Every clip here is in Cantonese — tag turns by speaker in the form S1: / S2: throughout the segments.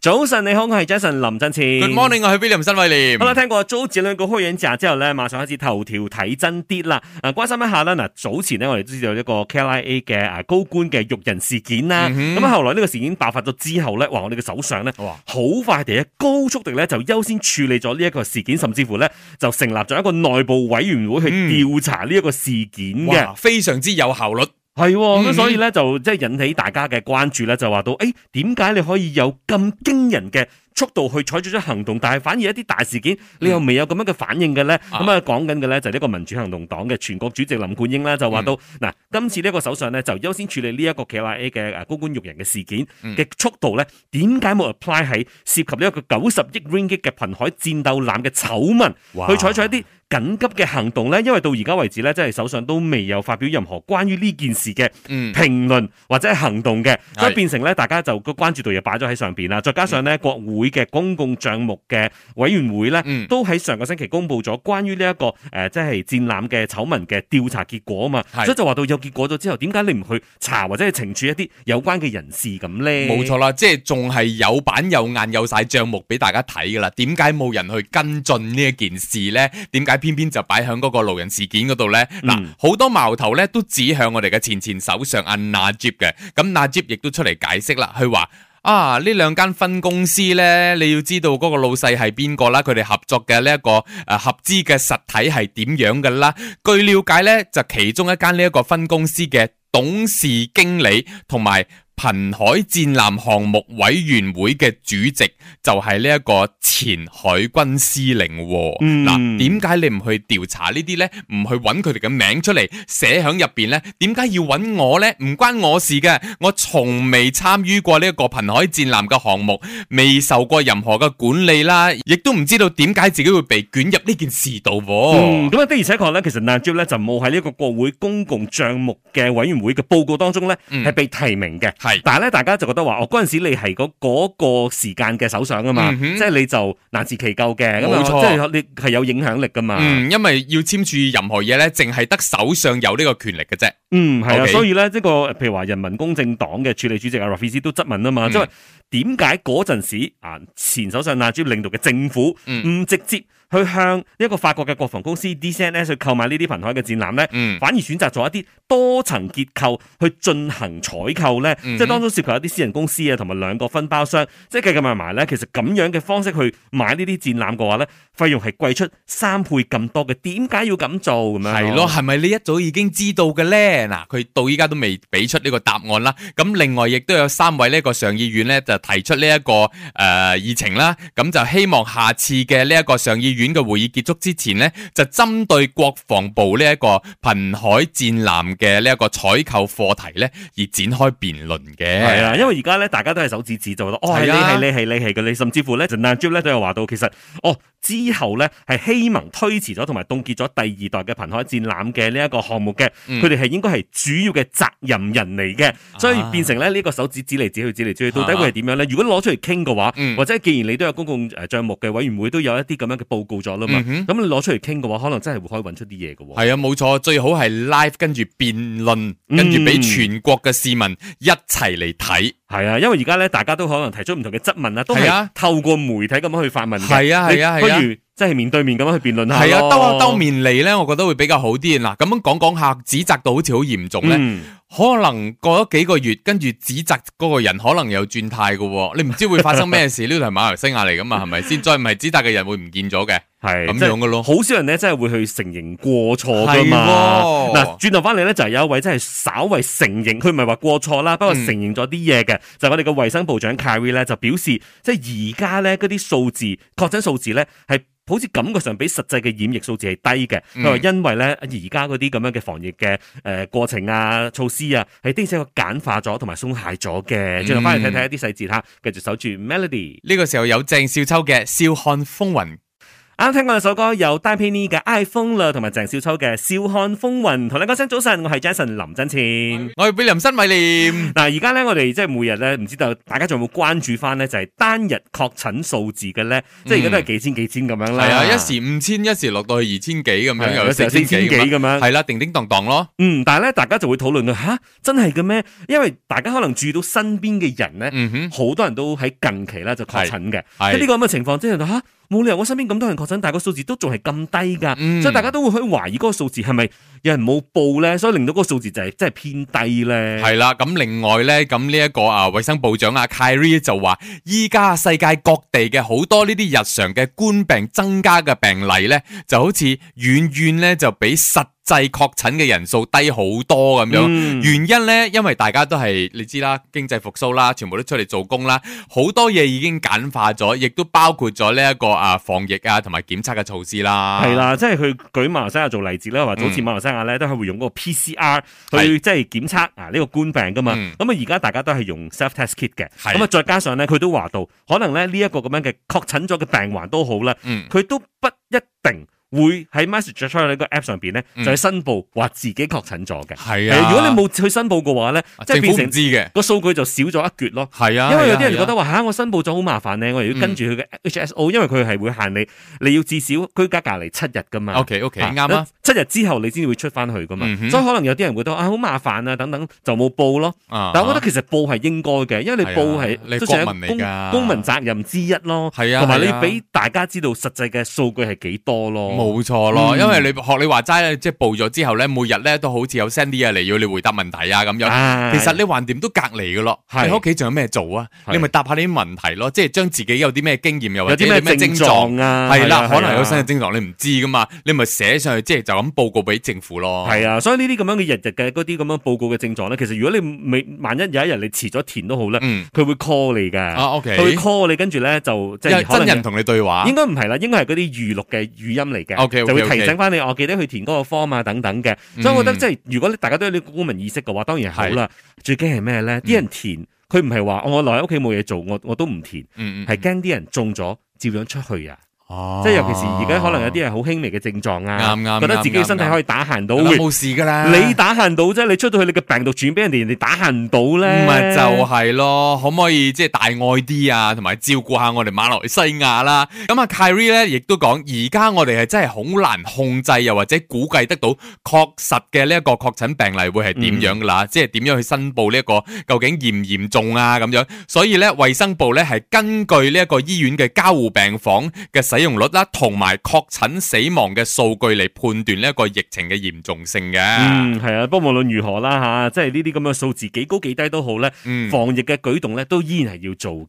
S1: 早晨，你好，我係 Jason 林振前。
S2: Good morning，我係 William 新威廉。
S1: 好啦，聽過租子兩個開演之後咧，馬上開始頭條睇真啲啦。啊，關心一下啦，嗱，早前呢，我哋知道一個 KLIA 嘅啊高官嘅辱人事件
S2: 嗯
S1: 啦，咁、後來呢個事件爆發咗之後咧，哇，我哋嘅首相咧，
S2: 哇
S1: 好快地啊高速地咧就優先處理咗呢一個事件，甚至乎咧就成立咗一個內部委員會去調查呢一個事件嘅。
S2: 嗯哇，非常之有效率。
S1: 係喎，咁、
S2: 嗯
S1: 所以咧就即係引起大家嘅關注咧，就話到誒點解你可以有咁驚人嘅速度去採取咗行動，但係反而一啲大事件你又未有咁樣嘅反應嘅咧？
S2: 嗯啊
S1: 咁啊講緊嘅咧就係呢個民主行動黨嘅全國主席林冠英啦，就話
S2: 嗯
S1: 到嗱、今次呢個首相呢，就優先處理呢一個 KLIA 嘅誒高官辱人嘅事件
S2: 嗯
S1: 嘅速度咧，點解冇 apply 喺涉及呢一個九十億 ringgit 嘅貧海戰鬥艦嘅醜聞？
S2: 哇
S1: 去採取一啲緊急嘅行動咧，因為到而家為止咧，即係首相都未有發表任何關於呢件事嘅
S2: 嗯
S1: 評論或者係行動嘅，
S2: 係嗯
S1: 所以變成咧大家就個關注度又擺咗喺上邊啦。再加上咧國會嘅公共帳目嘅委員會咧
S2: 嗯，
S1: 都喺上個星期公布咗關於呢一個誒即係戰艦嘅醜聞嘅調查結果啊嘛，
S2: 係
S1: 所以就話到有結果咗之後，點解你唔去查或者係懲處一啲有關嘅人士咁咧？
S2: 冇錯啦，即係仲係有板有眼有晒帳目俾大家睇噶啦。點解冇人去跟進呢一件事呢？點解偏偏就擺喺嗰個路人事件嗰度呢？嗱、
S1: 嗯
S2: 好多矛頭呢都指向我哋嘅前前首相阿納吉嘅。咁納吉亦都出嚟解釋啦，佢話。啊！呢兩間分公司呢，你要知道嗰個老細係邊個啦，佢哋合作嘅呢一個誒合資嘅實體係點樣嘅啦。據了解呢，就其中一間呢一個分公司嘅董事經理同埋貧海戰艦項目委員會嘅主席就係呢一個前海軍司令喎。
S1: 嗯
S2: 嗱、點解你唔去調查呢啲呢？唔去揾佢哋嘅名出嚟寫響入邊呢？點解要揾我呢？唔關我事嘅，我從未參與過呢一個貧海戰艦嘅項目，未受過任何嘅管理啦，亦都唔知道點解自己會被捲入呢件事度喎。
S1: 嗯，咁啊的而且確咧，其實 Najib 咧就冇喺呢個國會公共帳目嘅委員會嘅報告當中咧，係、
S2: 嗯
S1: 被提名嘅。
S2: 係
S1: 但係咧，大家就覺得話，哦，嗰陣時你係嗰嗰個時間嘅首相啊嘛，
S2: 嗯哼
S1: 即係你就難辭其咎嘅，咁啊
S2: 冇錯
S1: 即係你係有影響力噶嘛。
S2: 嗯，因為要簽署任何嘢咧，淨係得首相有呢個權力嘅啫。
S1: 嗯，係啊，
S2: OK
S1: 所以咧，呢個譬如話人民公正黨嘅署理主席阿 Rafizi 都質問啊嘛，
S2: 嗯
S1: 即係點解嗰陣時啊前首相納朱領導嘅政府
S2: 嗯
S1: 唔直接去向呢一個法國嘅國防公司 DCNS 去購買呢啲頻海嘅戰艦咧？
S2: 嗯，
S1: 反而選擇咗一啲多層結構去進行採購咧，
S2: 嗯哼
S1: 即係當中涉及一啲私人公司啊，同埋兩個分包商，即係計計埋埋咧，其實咁樣嘅方式去買呢啲戰艦嘅話咧，費用係貴出三倍咁多嘅，點解要咁做咁樣？
S2: 係咯，，係咪你一早已經知道嘅咧？嗱，佢到依家都未俾出呢個答案啦。咁另外亦都有三位呢個上議院咧就提出呢、一個誒、呃、議程啦，咁就希望下次嘅呢一個上議院嘅會議結束之前呢，就針對國防部呢一個貧海戰艦嘅呢一個採購課題咧而展開辯論嘅。
S1: 係啊，因為而家咧，大家都係手指指就覺得哦，係你
S2: 係啊
S1: 係你係你係嘅，你甚至乎咧，陳大 j 咧都有話到，其實哦之後咧係希盟推遲咗同埋凍結咗第二代嘅貧海戰艦嘅呢一個項目嘅，
S2: 嗯啊
S1: 佢哋係應該係主要嘅責任人嚟嘅，所以變成咧呢個手指指嚟指去指嚟指去，到底會係點樣咧？如果攞出嚟傾嘅話，
S2: 嗯
S1: 或者既然你都有公共誒帳目嘅委員會都有一啲咁樣嘅報告咗啦嘛，
S2: 嗯哼
S1: 咁你攞出嚟傾嘅話，可能真係會可以揾出啲嘢嘅喎。
S2: 係啊，冇錯，最好係 live 跟住辯論，跟住俾
S1: 嗯
S2: 全國嘅市民一齊嚟睇。
S1: 係啊，因為而家咧，大家都可能提出唔同嘅質問啊，都
S2: 係
S1: 係
S2: 啊
S1: 透過媒體咁樣去發問嘅。
S2: 係啊係啊
S1: 你
S2: 係啊
S1: 不如即係面對面咁樣去辯論下。
S2: 係啊，兜下兜。面嚟呢，我覺得會比較好啲。嗱，咁樣講講下，指責到好似好嚴重呢，
S1: 嗯，
S2: 可能過咗幾個月，跟住指責嗰個人可能又轉態嘅喎， 你唔知會發生咩事。呢度係馬來西亞嚟噶嘛，係咪先？再唔係指責嘅人會唔見 咗嘅，
S1: 係
S2: 咁
S1: 即係
S2: 樣嘅咯
S1: 好少人咧，真係會去承認過錯噶嘛。
S2: 係喎
S1: 嗱，轉頭翻嚟咧，就係有一位真係稍為承認，佢唔係話過錯啦，不過承
S2: 嗯
S1: 認咗啲嘢嘅，就係我哋嘅衛生部長 Carrie 咧就表示，即係而家咧嗰啲數字確診數字咧係。好似感覺上比實際嘅染疫數字係低嘅，佢話、
S2: 嗯
S1: 因為咧而家嗰啲咁樣嘅防疫嘅誒、呃、過程啊、措施啊，係的而且確簡化咗同埋鬆懈咗嘅。轉頭翻嚟睇睇一啲細節嚇，繼續守住 Melody。
S2: 呢個時候有鄭少秋嘅《笑看風雲》。
S1: 啱聽過兩首歌，有 d i p e n y 嘅 iPhone 啦，同埋鄭少秋嘅《笑看風雲》。同你講聲早晨，我係 Jason 林真前。
S2: 我係 William 新偉廉，
S1: 嗱，而家咧，我哋即係每日咧，唔知道大家仲有冇關注翻咧，就係單日確診數字嘅咧，即係而家都係幾千幾千咁樣啦。
S2: 係嗯啊，一時五千，一時落到去二千幾咁樣，
S1: 係
S2: 又
S1: 有時候四千幾
S2: 咁樣
S1: 咁樣。
S2: 係啦，叮叮當當咯。
S1: 嗯，但係咧，大家就會討論到吓，真係嘅咩？因為大家可能注意到身邊嘅人咧，
S2: 嗯哼，
S1: 好多人都喺近期咧就確診嘅。即係呢
S2: 係
S1: 個咁嘅情況之下，吓冇理由我身邊咁多人確診，但係個數字都仲係咁低㗎，
S2: 嗯
S1: 所以大家都會去懷疑嗰個數字係咪有人冇報咧，所以令到嗰個數字就係真係偏低咧。
S2: 係啊啦。咁另外咧，咁呢一個啊，衞生部長啊 Kyrie 就話，依家世界各地嘅好多呢啲日常嘅冠病增加嘅病例咧，就好似遠遠咧就比實際確診嘅人數低好多咁樣。
S1: 嗯
S2: 原因呢，因為大家都係你知啦，經濟復甦啦，全部都出嚟做工啦，好多嘢已經簡化咗，亦都包括咗呢一個啊防疫啊同埋檢測嘅措施啦。
S1: 係，啦，即係佢舉馬來西亞做例子啦，話
S2: 嗯
S1: 早前馬來西亞咧都係會用嗰個 PCR 去即係檢測啊呢個冠病噶嘛。
S2: 嗯
S1: 咁啊而家大家都係用 self test kit 嘅，
S2: 係
S1: 咁啊再加上咧佢都話到，可能咧呢一個咁樣嘅確診咗嘅病患都好啦，
S2: 嗯，
S1: 佢都不一定會喺 message 出去呢個 app 上邊咧
S2: 嗯
S1: 就去申報話自己確診咗嘅。
S2: 係
S1: 係
S2: 啊。
S1: 啊如果你冇去申報嘅話咧，即係
S2: 政
S1: 變
S2: 府唔
S1: 成
S2: 知嘅，
S1: 個數據就少咗一橛咯。
S2: 係啊，
S1: 因為有啲人
S2: 係啊嗯
S1: 覺得話嚇，我申報咗好麻煩咧，我又要跟住佢嘅 HSO，因為佢係會限你，你要至少居家隔離七日噶嘛。
S2: ，O K O K，
S1: 啊
S2: 啱啊，！
S1: 七日之後你先會出翻去噶嘛，
S2: 嗯哼
S1: 所以可能有啲人會覺得啊好麻煩啊等等，就冇報咯。
S2: 啊
S1: 但我覺得其實報係應該嘅，因為你報
S2: 係啊你
S1: 係都算係
S2: 國民嚟
S1: 公
S2: 㗎
S1: 公民責任之一咯。
S2: 係啊
S1: 同埋
S2: 係啊
S1: 你俾大家知道實際嘅數據係幾多咯。
S2: 冇錯咯，
S1: 嗯
S2: 因為你學你話齋咧，即係報咗之後咧，每日咧都好似有 send 啲嘢嚟要你回答問題啊咁樣。
S1: 啊，
S2: 其實你橫掂都隔離噶咯，
S1: 係
S2: 你喺屋企仲有咩做啊？
S1: 係
S2: 你咪答下呢啲問題咯，即係將自己有啲咩經驗，又或
S1: 有
S2: 者
S1: 啲咩
S2: 咩症
S1: 症
S2: 狀。
S1: 狀啊？
S2: 係啦，
S1: 啊
S2: 可能有
S1: 啊
S2: 新嘅症狀，你唔知噶嘛，你咪寫上去，即係就咁報告俾政府咯。
S1: 係啊，所以呢啲咁樣嘅日日嘅嗰啲咁樣報告嘅症狀咧，其實如果你未萬一有一日你遲咗填都好咧，
S2: 嗯，
S1: 佢會 call 你
S2: 啊
S1: 㗎，
S2: ，OK，
S1: 佢會 call 你，跟住咧就即係
S2: 有
S1: 可能
S2: 真人。同你對話
S1: 應，該唔係啦，應該係嗰啲預錄嘅語音嚟嘅
S2: OK，OK，OK
S1: 就會提醒翻你，我記得去填嗰個 form 啊等等嘅。
S2: 嗯
S1: 所以我覺得即係如果大家都有呢個公民意識嘅話，當然好啦。最驚係咩咧？啲人填佢唔係話哦我留喺屋企冇嘢做，我我都唔填，
S2: 嗯嗯
S1: 係驚啲人中咗照樣出去啊！
S2: 哦
S1: 即係尤其是而家可能
S2: 嗯
S1: 有啲人好輕微嘅症狀啊，
S2: 啱啱
S1: 覺得自己
S2: 啱
S1: 身體
S2: 啱
S1: 可以打閒到，
S2: 好啦
S1: 喂
S2: 冇事噶啦，
S1: 你打限到啫，你出到去你嘅病毒轉俾人哋，人哋打限到咧，
S2: 咪就係啊咯，可唔可以即係大愛啲啊，同埋照顧下我哋馬來西亞啦？咁啊，Kyrie 咧亦都講，而家我哋係真係好難控制，又或者估計得到確實嘅呢一個確診病例會係點樣噶啦，即係點樣去申報呢、一個究竟嚴唔嚴重啊咁樣。所以咧，衛生部咧係根據呢一個醫院嘅交護病房嘅使用率啦，同埋確診死亡嘅數據嚟判斷呢一個疫情嘅嚴重性嘅。
S1: 嗯，係啊，不過無論如何啦吓，即係呢啲咁嘅數字幾高幾低都好咧，
S2: 嗯
S1: 防疫嘅舉動咧都依然係要做嘅，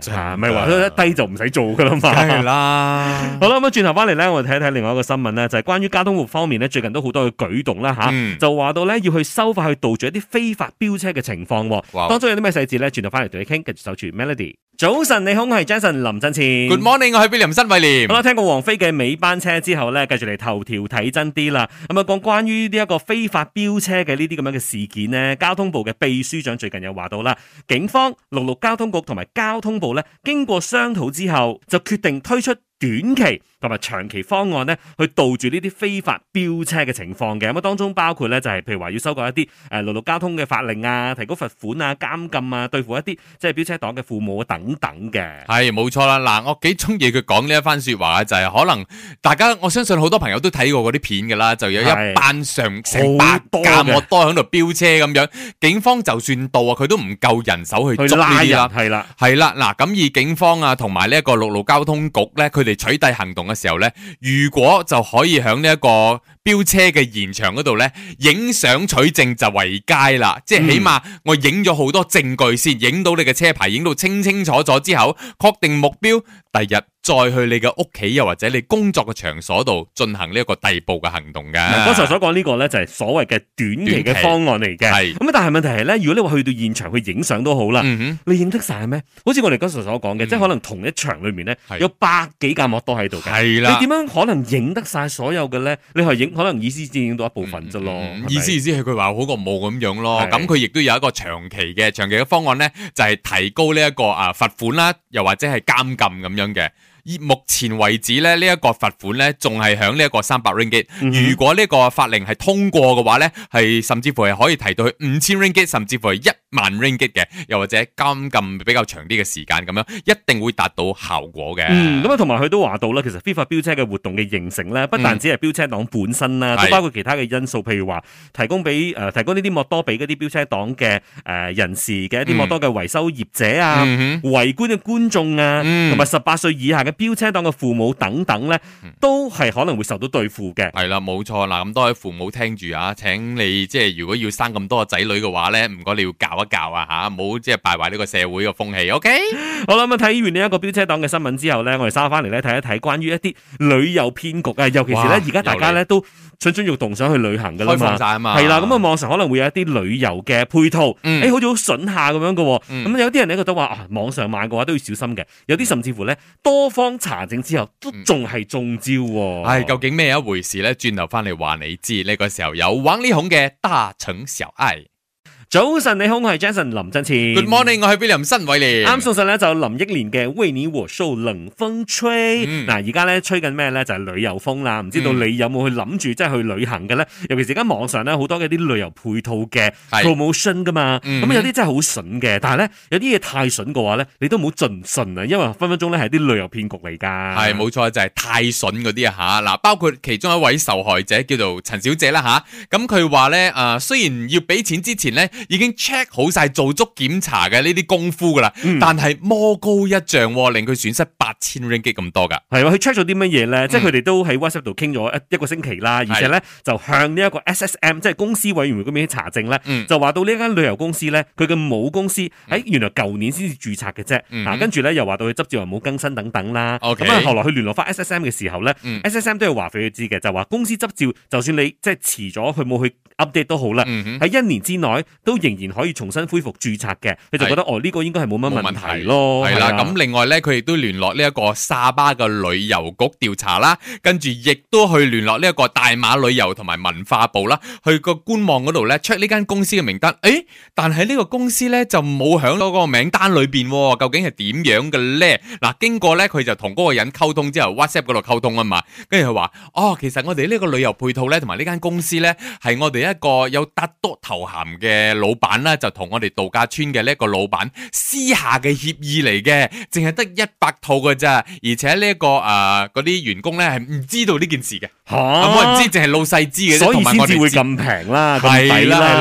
S2: 真
S1: 吓
S2: 㗎
S1: 唔係話佢一低就唔使做噶啦
S2: 梗係
S1: 嘛。
S2: 啦，
S1: 好啦，咁啊，轉頭翻嚟咧，我哋睇一睇另外一個新聞咧，就係關於交通部方面咧，最近都好多嘅舉動啦吓，
S2: 嗯
S1: 就話到咧要去修法去杜絕一啲非法飆車嘅情況喎，
S2: 哇
S1: 當中有啲咩細節咧，轉頭翻嚟同你傾，繼續守住 Melody。早晨，你好，我係 Jason 林振前。
S2: Good morning，我係 William 新偉廉
S1: 好。啦，聽過王菲嘅尾班車之後咧，繼續嚟頭條睇真啲啦。咁啊，講關於呢一個非法飆車嘅呢啲咁樣嘅事件呢，交通部嘅秘書長最近又話到啦，警方、陸路交通局同埋交通部呢，經過商討之後，就決定推出短期同埋長期方案呢，去杜住呢啲非法飆車嘅情況嘅。咁啊，當中包括呢，就係譬如話要修改一啲誒陸路交通嘅法令啊，提高罰款啊、監禁啊，對付一啲即係飆車黨嘅父母啊等等嘅。
S2: 係冇錯啦，嗱，我幾中意佢講呢一番说話啊，就係可能大家，我相信好多朋友都睇過嗰啲片噶啦，就有一
S1: 係
S2: 班上成百架
S1: 好多嘅啊
S2: 摩多喺度飆車咁樣，警方就算到啊，佢都唔夠人手去
S1: 去
S2: 捉呢
S1: 拉
S2: 啲
S1: 人
S2: 啦。
S1: 係啦。
S2: 係啦，嗱，咁以警方啊，同埋呢一個陸路交通局咧，佢哋取締行動嘅時候咧，如果就可以喺呢一個飆車嘅現場嗰度咧，影相取證就為佳啦，即
S1: 嗯
S2: 係起碼我影咗好多證據先，影到你嘅車牌，影到清清楚楚之後，確定目標，第日再去你嘅屋企又或者你工作嘅場所度進行呢一個逮捕嘅行動
S1: 嗱，
S2: 㗎。
S1: 剛才所講呢個咧就係所謂嘅短期嘅方案嚟嘅，
S2: 係
S1: 咁啊但係問題係咧，如果你話去到現場去影相都好啦，
S2: 嗯
S1: 你影得晒咩？好似我哋剛才所講嘅，
S2: 嗯
S1: 即係可能同一場裏面咧
S2: 係
S1: 有百幾架摩多喺度
S2: 哼，
S1: 嘅，
S2: 係
S1: 你
S2: 啦。
S1: 點樣可能影得晒所有嘅咧？你係影可能意思只影到一部分啫咯
S2: 嗯，
S1: 係咪
S2: 意思意思係佢話好過冇咁樣咯。
S1: 係
S2: 咁佢亦都有一個長期嘅長期嘅方案咧，就係、提高呢、一個啊罰款啦，又或者係監禁咁樣嘅。以目前為止咧，呢、一個罰款咧仲係響呢一個三百 ringgit。
S1: 嗯哼
S2: 如果呢個法令係通過嘅話咧，係甚至乎係可以提到去五千 ringgit，甚至乎係一萬 ringgit 嘅，又或者監禁比較長啲嘅時間咁樣，一定會達到效果嘅。
S1: 嗯，咁啊，同埋佢都話到啦，其實非法標車嘅活動嘅形成咧，不但只係標車黨本身啦，
S2: 嗯係
S1: 都包括其他嘅因素，譬如話提供俾誒、呃提供呢啲莫多俾嗰啲標車黨嘅誒人士嘅一啲
S2: 嗯
S1: 莫多嘅維修業者啊。
S2: 嗯哼
S1: 圍觀嘅觀眾啊，
S2: 嗯
S1: 同埋十八歲以下嘅標車黨嘅父母等等咧，
S2: 嗯
S1: 都係可能會受到對付嘅。
S2: 系啦，冇錯嗱，咁多位父母聽住啊，請你即係如果要生咁多個仔女嘅話咧，唔該你要教一教啊吓，唔好即係敗壞呢個社會嘅風氣，OK？
S1: 好啦，咁啊睇完呢一個標車黨嘅新聞之後咧，我哋稍翻嚟咧睇一睇關於一啲旅遊騙局啊，尤其是咧
S2: 哇
S1: 而家大家咧都蠢蠢欲動想去旅行噶啦
S2: 開
S1: 嘛
S2: 放。晒啊嘛，
S1: 係啦，咁啊網上可能會有一啲旅遊嘅配套，誒、
S2: 嗯
S1: 好似好筍下咁樣嘅喎，咁、
S2: 嗯
S1: 有啲人咧覺得話啊網上買嘅話都要小心嘅，有啲甚至乎咧多方查證之後都仲係中招喎、
S2: 嗯唉，究竟咩一回事咧？轉頭翻嚟話你知，呢、個時候有玩呢孔嘅大城小愛。
S1: 早晨，你好，我係 Jason 林振前。
S2: Good morning，我係 William 新偉廉。
S1: 啱送上咧就林憶蓮嘅《為你和受冷風吹》。
S2: 嗯
S1: 嗱，而家咧吹緊咩咧？就係、旅遊風啦。唔知道
S2: 嗯
S1: 你有冇去諗住即係去旅行嘅咧？尤其是而家網上咧好多嘅啲旅遊配套嘅
S2: 係
S1: promotion 噶嘛。
S2: 嗯
S1: 咁有啲真係好筍嘅，但係咧有啲嘢太筍嘅話咧，你都唔好盡信啊，因為分分鐘咧係啲旅遊騙局嚟㗎。
S2: 係冇錯，就係太筍嗰啲啊吓，嗱，包括其中一位受害者叫做陳小姐啦吓，咁佢話咧誒，雖然要俾錢之前咧已經 check 好晒做足檢查嘅呢啲功夫噶啦，但係魔高一丈喎，令佢損失八千 ringgit 咁多噶。
S1: 係喎，佢 check 咗啲乜嘢
S2: 嗯
S1: 咧？即係佢哋都喺 WhatsApp 度傾咗一一個星期啦，而且咧就向呢一個 SSM 即係公司委員會嗰邊查證咧，
S2: 嗯
S1: 就話到呢間旅遊公司咧，佢嘅母公司喺原來舊年先至註冊嘅啫。嗱、
S2: 嗯
S1: 跟住咧又話到佢執照又冇更新等等啦。
S2: OK
S1: 咁啊，後來佢聯絡翻 SSM 嘅時候咧、
S2: 嗯
S1: s s m 都有話俾佢知嘅，就話公司執照就算你即係遲咗，佢冇去 update 都好啦。
S2: 嗯哼
S1: 喺一年之內都仍然可以重新恢復註冊嘅，佢就覺得哦呢、個應該係冇乜問題咯。
S2: 係啦，
S1: 係啊
S2: 咁另外咧，佢亦都聯絡呢一個沙巴嘅旅遊局調查啦，跟住亦都去聯絡呢一個大馬旅遊同埋文化部啦，去個官網嗰度咧 check 呢間公司嘅名單，誒，但係呢個公司咧就冇響嗰個名單裏邊喎，究竟係點樣嘅咧？嗱，經過咧佢就同嗰個人溝通之後，WhatsApp 嗰度溝通啊嘛，跟住佢話，哦，其實我哋呢個旅遊配套咧，同埋呢間公司咧，係我哋一個有達多頭銜嘅老闆啦，就同我哋度假村嘅呢一個老闆私下嘅協議嚟嘅，淨係得一百套嘅咋，而且呢、一個誒嗰啲員工咧係唔知道呢件事嘅，
S1: 嚇
S2: 冇人知，淨係老細知嘅啫，
S1: 所以
S2: 同埋
S1: 先
S2: 我
S1: 至
S2: 哋
S1: 會
S2: 知。
S1: 咁平啦，咁
S2: 係
S1: 抵
S2: 啦係
S1: 啦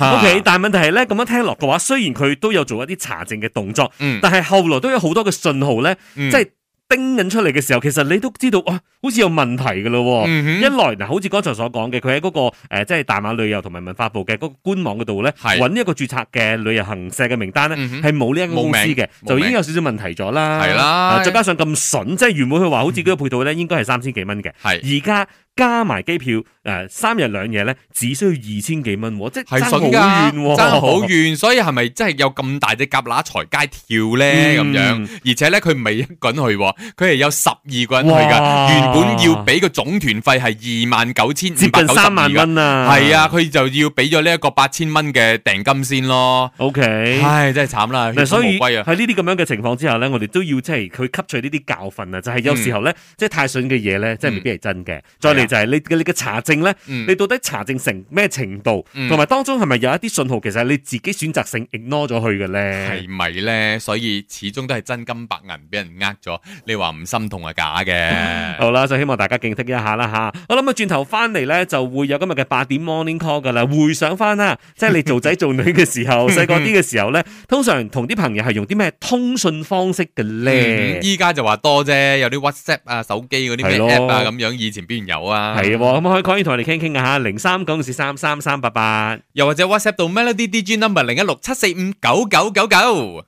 S2: 啦。
S1: OK，但係問題係咧，咁樣聽落嘅話，雖然佢都有做一啲查證嘅動作，
S2: 嗯
S1: 但係後來都有好多嘅信號咧，
S2: 嗯
S1: 即係叮緊出嚟嘅時候，其實你都知道，哇，好似有問題嘅咯喎。
S2: 嗯哼
S1: 一來嗱，好似剛才所講嘅，佢喺嗰個誒，即係大馬旅遊同埋文化部嘅嗰個官網嗰度咧，
S2: 係
S1: 揾一個註冊嘅旅遊行社嘅名單咧，
S2: 嗯哼
S1: 係冇呢一間公司嘅，
S2: 冇名
S1: 就已經有少少問題咗啦。
S2: 係啦
S1: 啊再加上咁筍，即係原本佢話好似嗰個配套咧，應該係三千幾蚊嘅。
S2: 係
S1: 而家加埋機票，誒、呃三日兩夜咧，只需要二千幾蚊喎，即係
S2: 係
S1: 爭好
S2: 筍㗎，
S1: 遠喎，
S2: 爭好遠，所以係咪真係有咁大隻蛤乸隨街跳咧咁、
S1: 嗯
S2: 樣？而且咧佢唔係一個人去喎，佢係有十二個人去
S1: 哇
S2: 㗎。原本要俾個總團費係二萬九千
S1: 接
S2: 五百
S1: 近
S2: 九十
S1: 三萬
S2: 二
S1: 蚊啊！
S2: 係啊，佢就要俾咗呢一個八千蚊嘅訂金先咯。
S1: ，OK。
S2: 唉，真係慘啦，
S1: 嗱，
S2: 血
S1: 所
S2: 本無
S1: 以
S2: 歸啊！
S1: 喺呢啲咁樣嘅情況之下咧，我哋都要即係佢吸取呢啲教訓啊，就係有時候
S2: 嗯
S1: 咧，即係太筍嘅嘢咧，即係未必係真嘅。再嚟就係你嘅你嘅查證咧，
S2: 啊嗯
S1: 你到底查證成咩程度，
S2: 嗯
S1: 同埋當中係咪有一啲信號其實係你自己選擇性 ignore 咗佢嘅咧？
S2: 係啊咪咧？所以始終都係真金白銀俾人呃咗，你話唔心痛係假嘅。
S1: 好啦，就希望大家警惕一下啦吓。我諗啊，轉頭翻嚟咧就會有今日嘅八點 morning call 噶啦。回想翻啦，即係你做仔做女嘅時 候，細個啲嘅時候咧，通常同啲朋友係用啲咩通訊方式嘅
S2: 嗯
S1: 咧？
S2: 依家就話多啫，有啲 WhatsApp 啊、手機嗰啲
S1: 係
S2: 咩
S1: 咯
S2: app 啊咁樣，以前邊有啊？
S1: 係喎，咁可以 call in 同我哋傾傾啊吓，零三九四三三三八八。
S2: 又或者 WhatsApp 到 Melody DJ number 零一六七四五九九九九。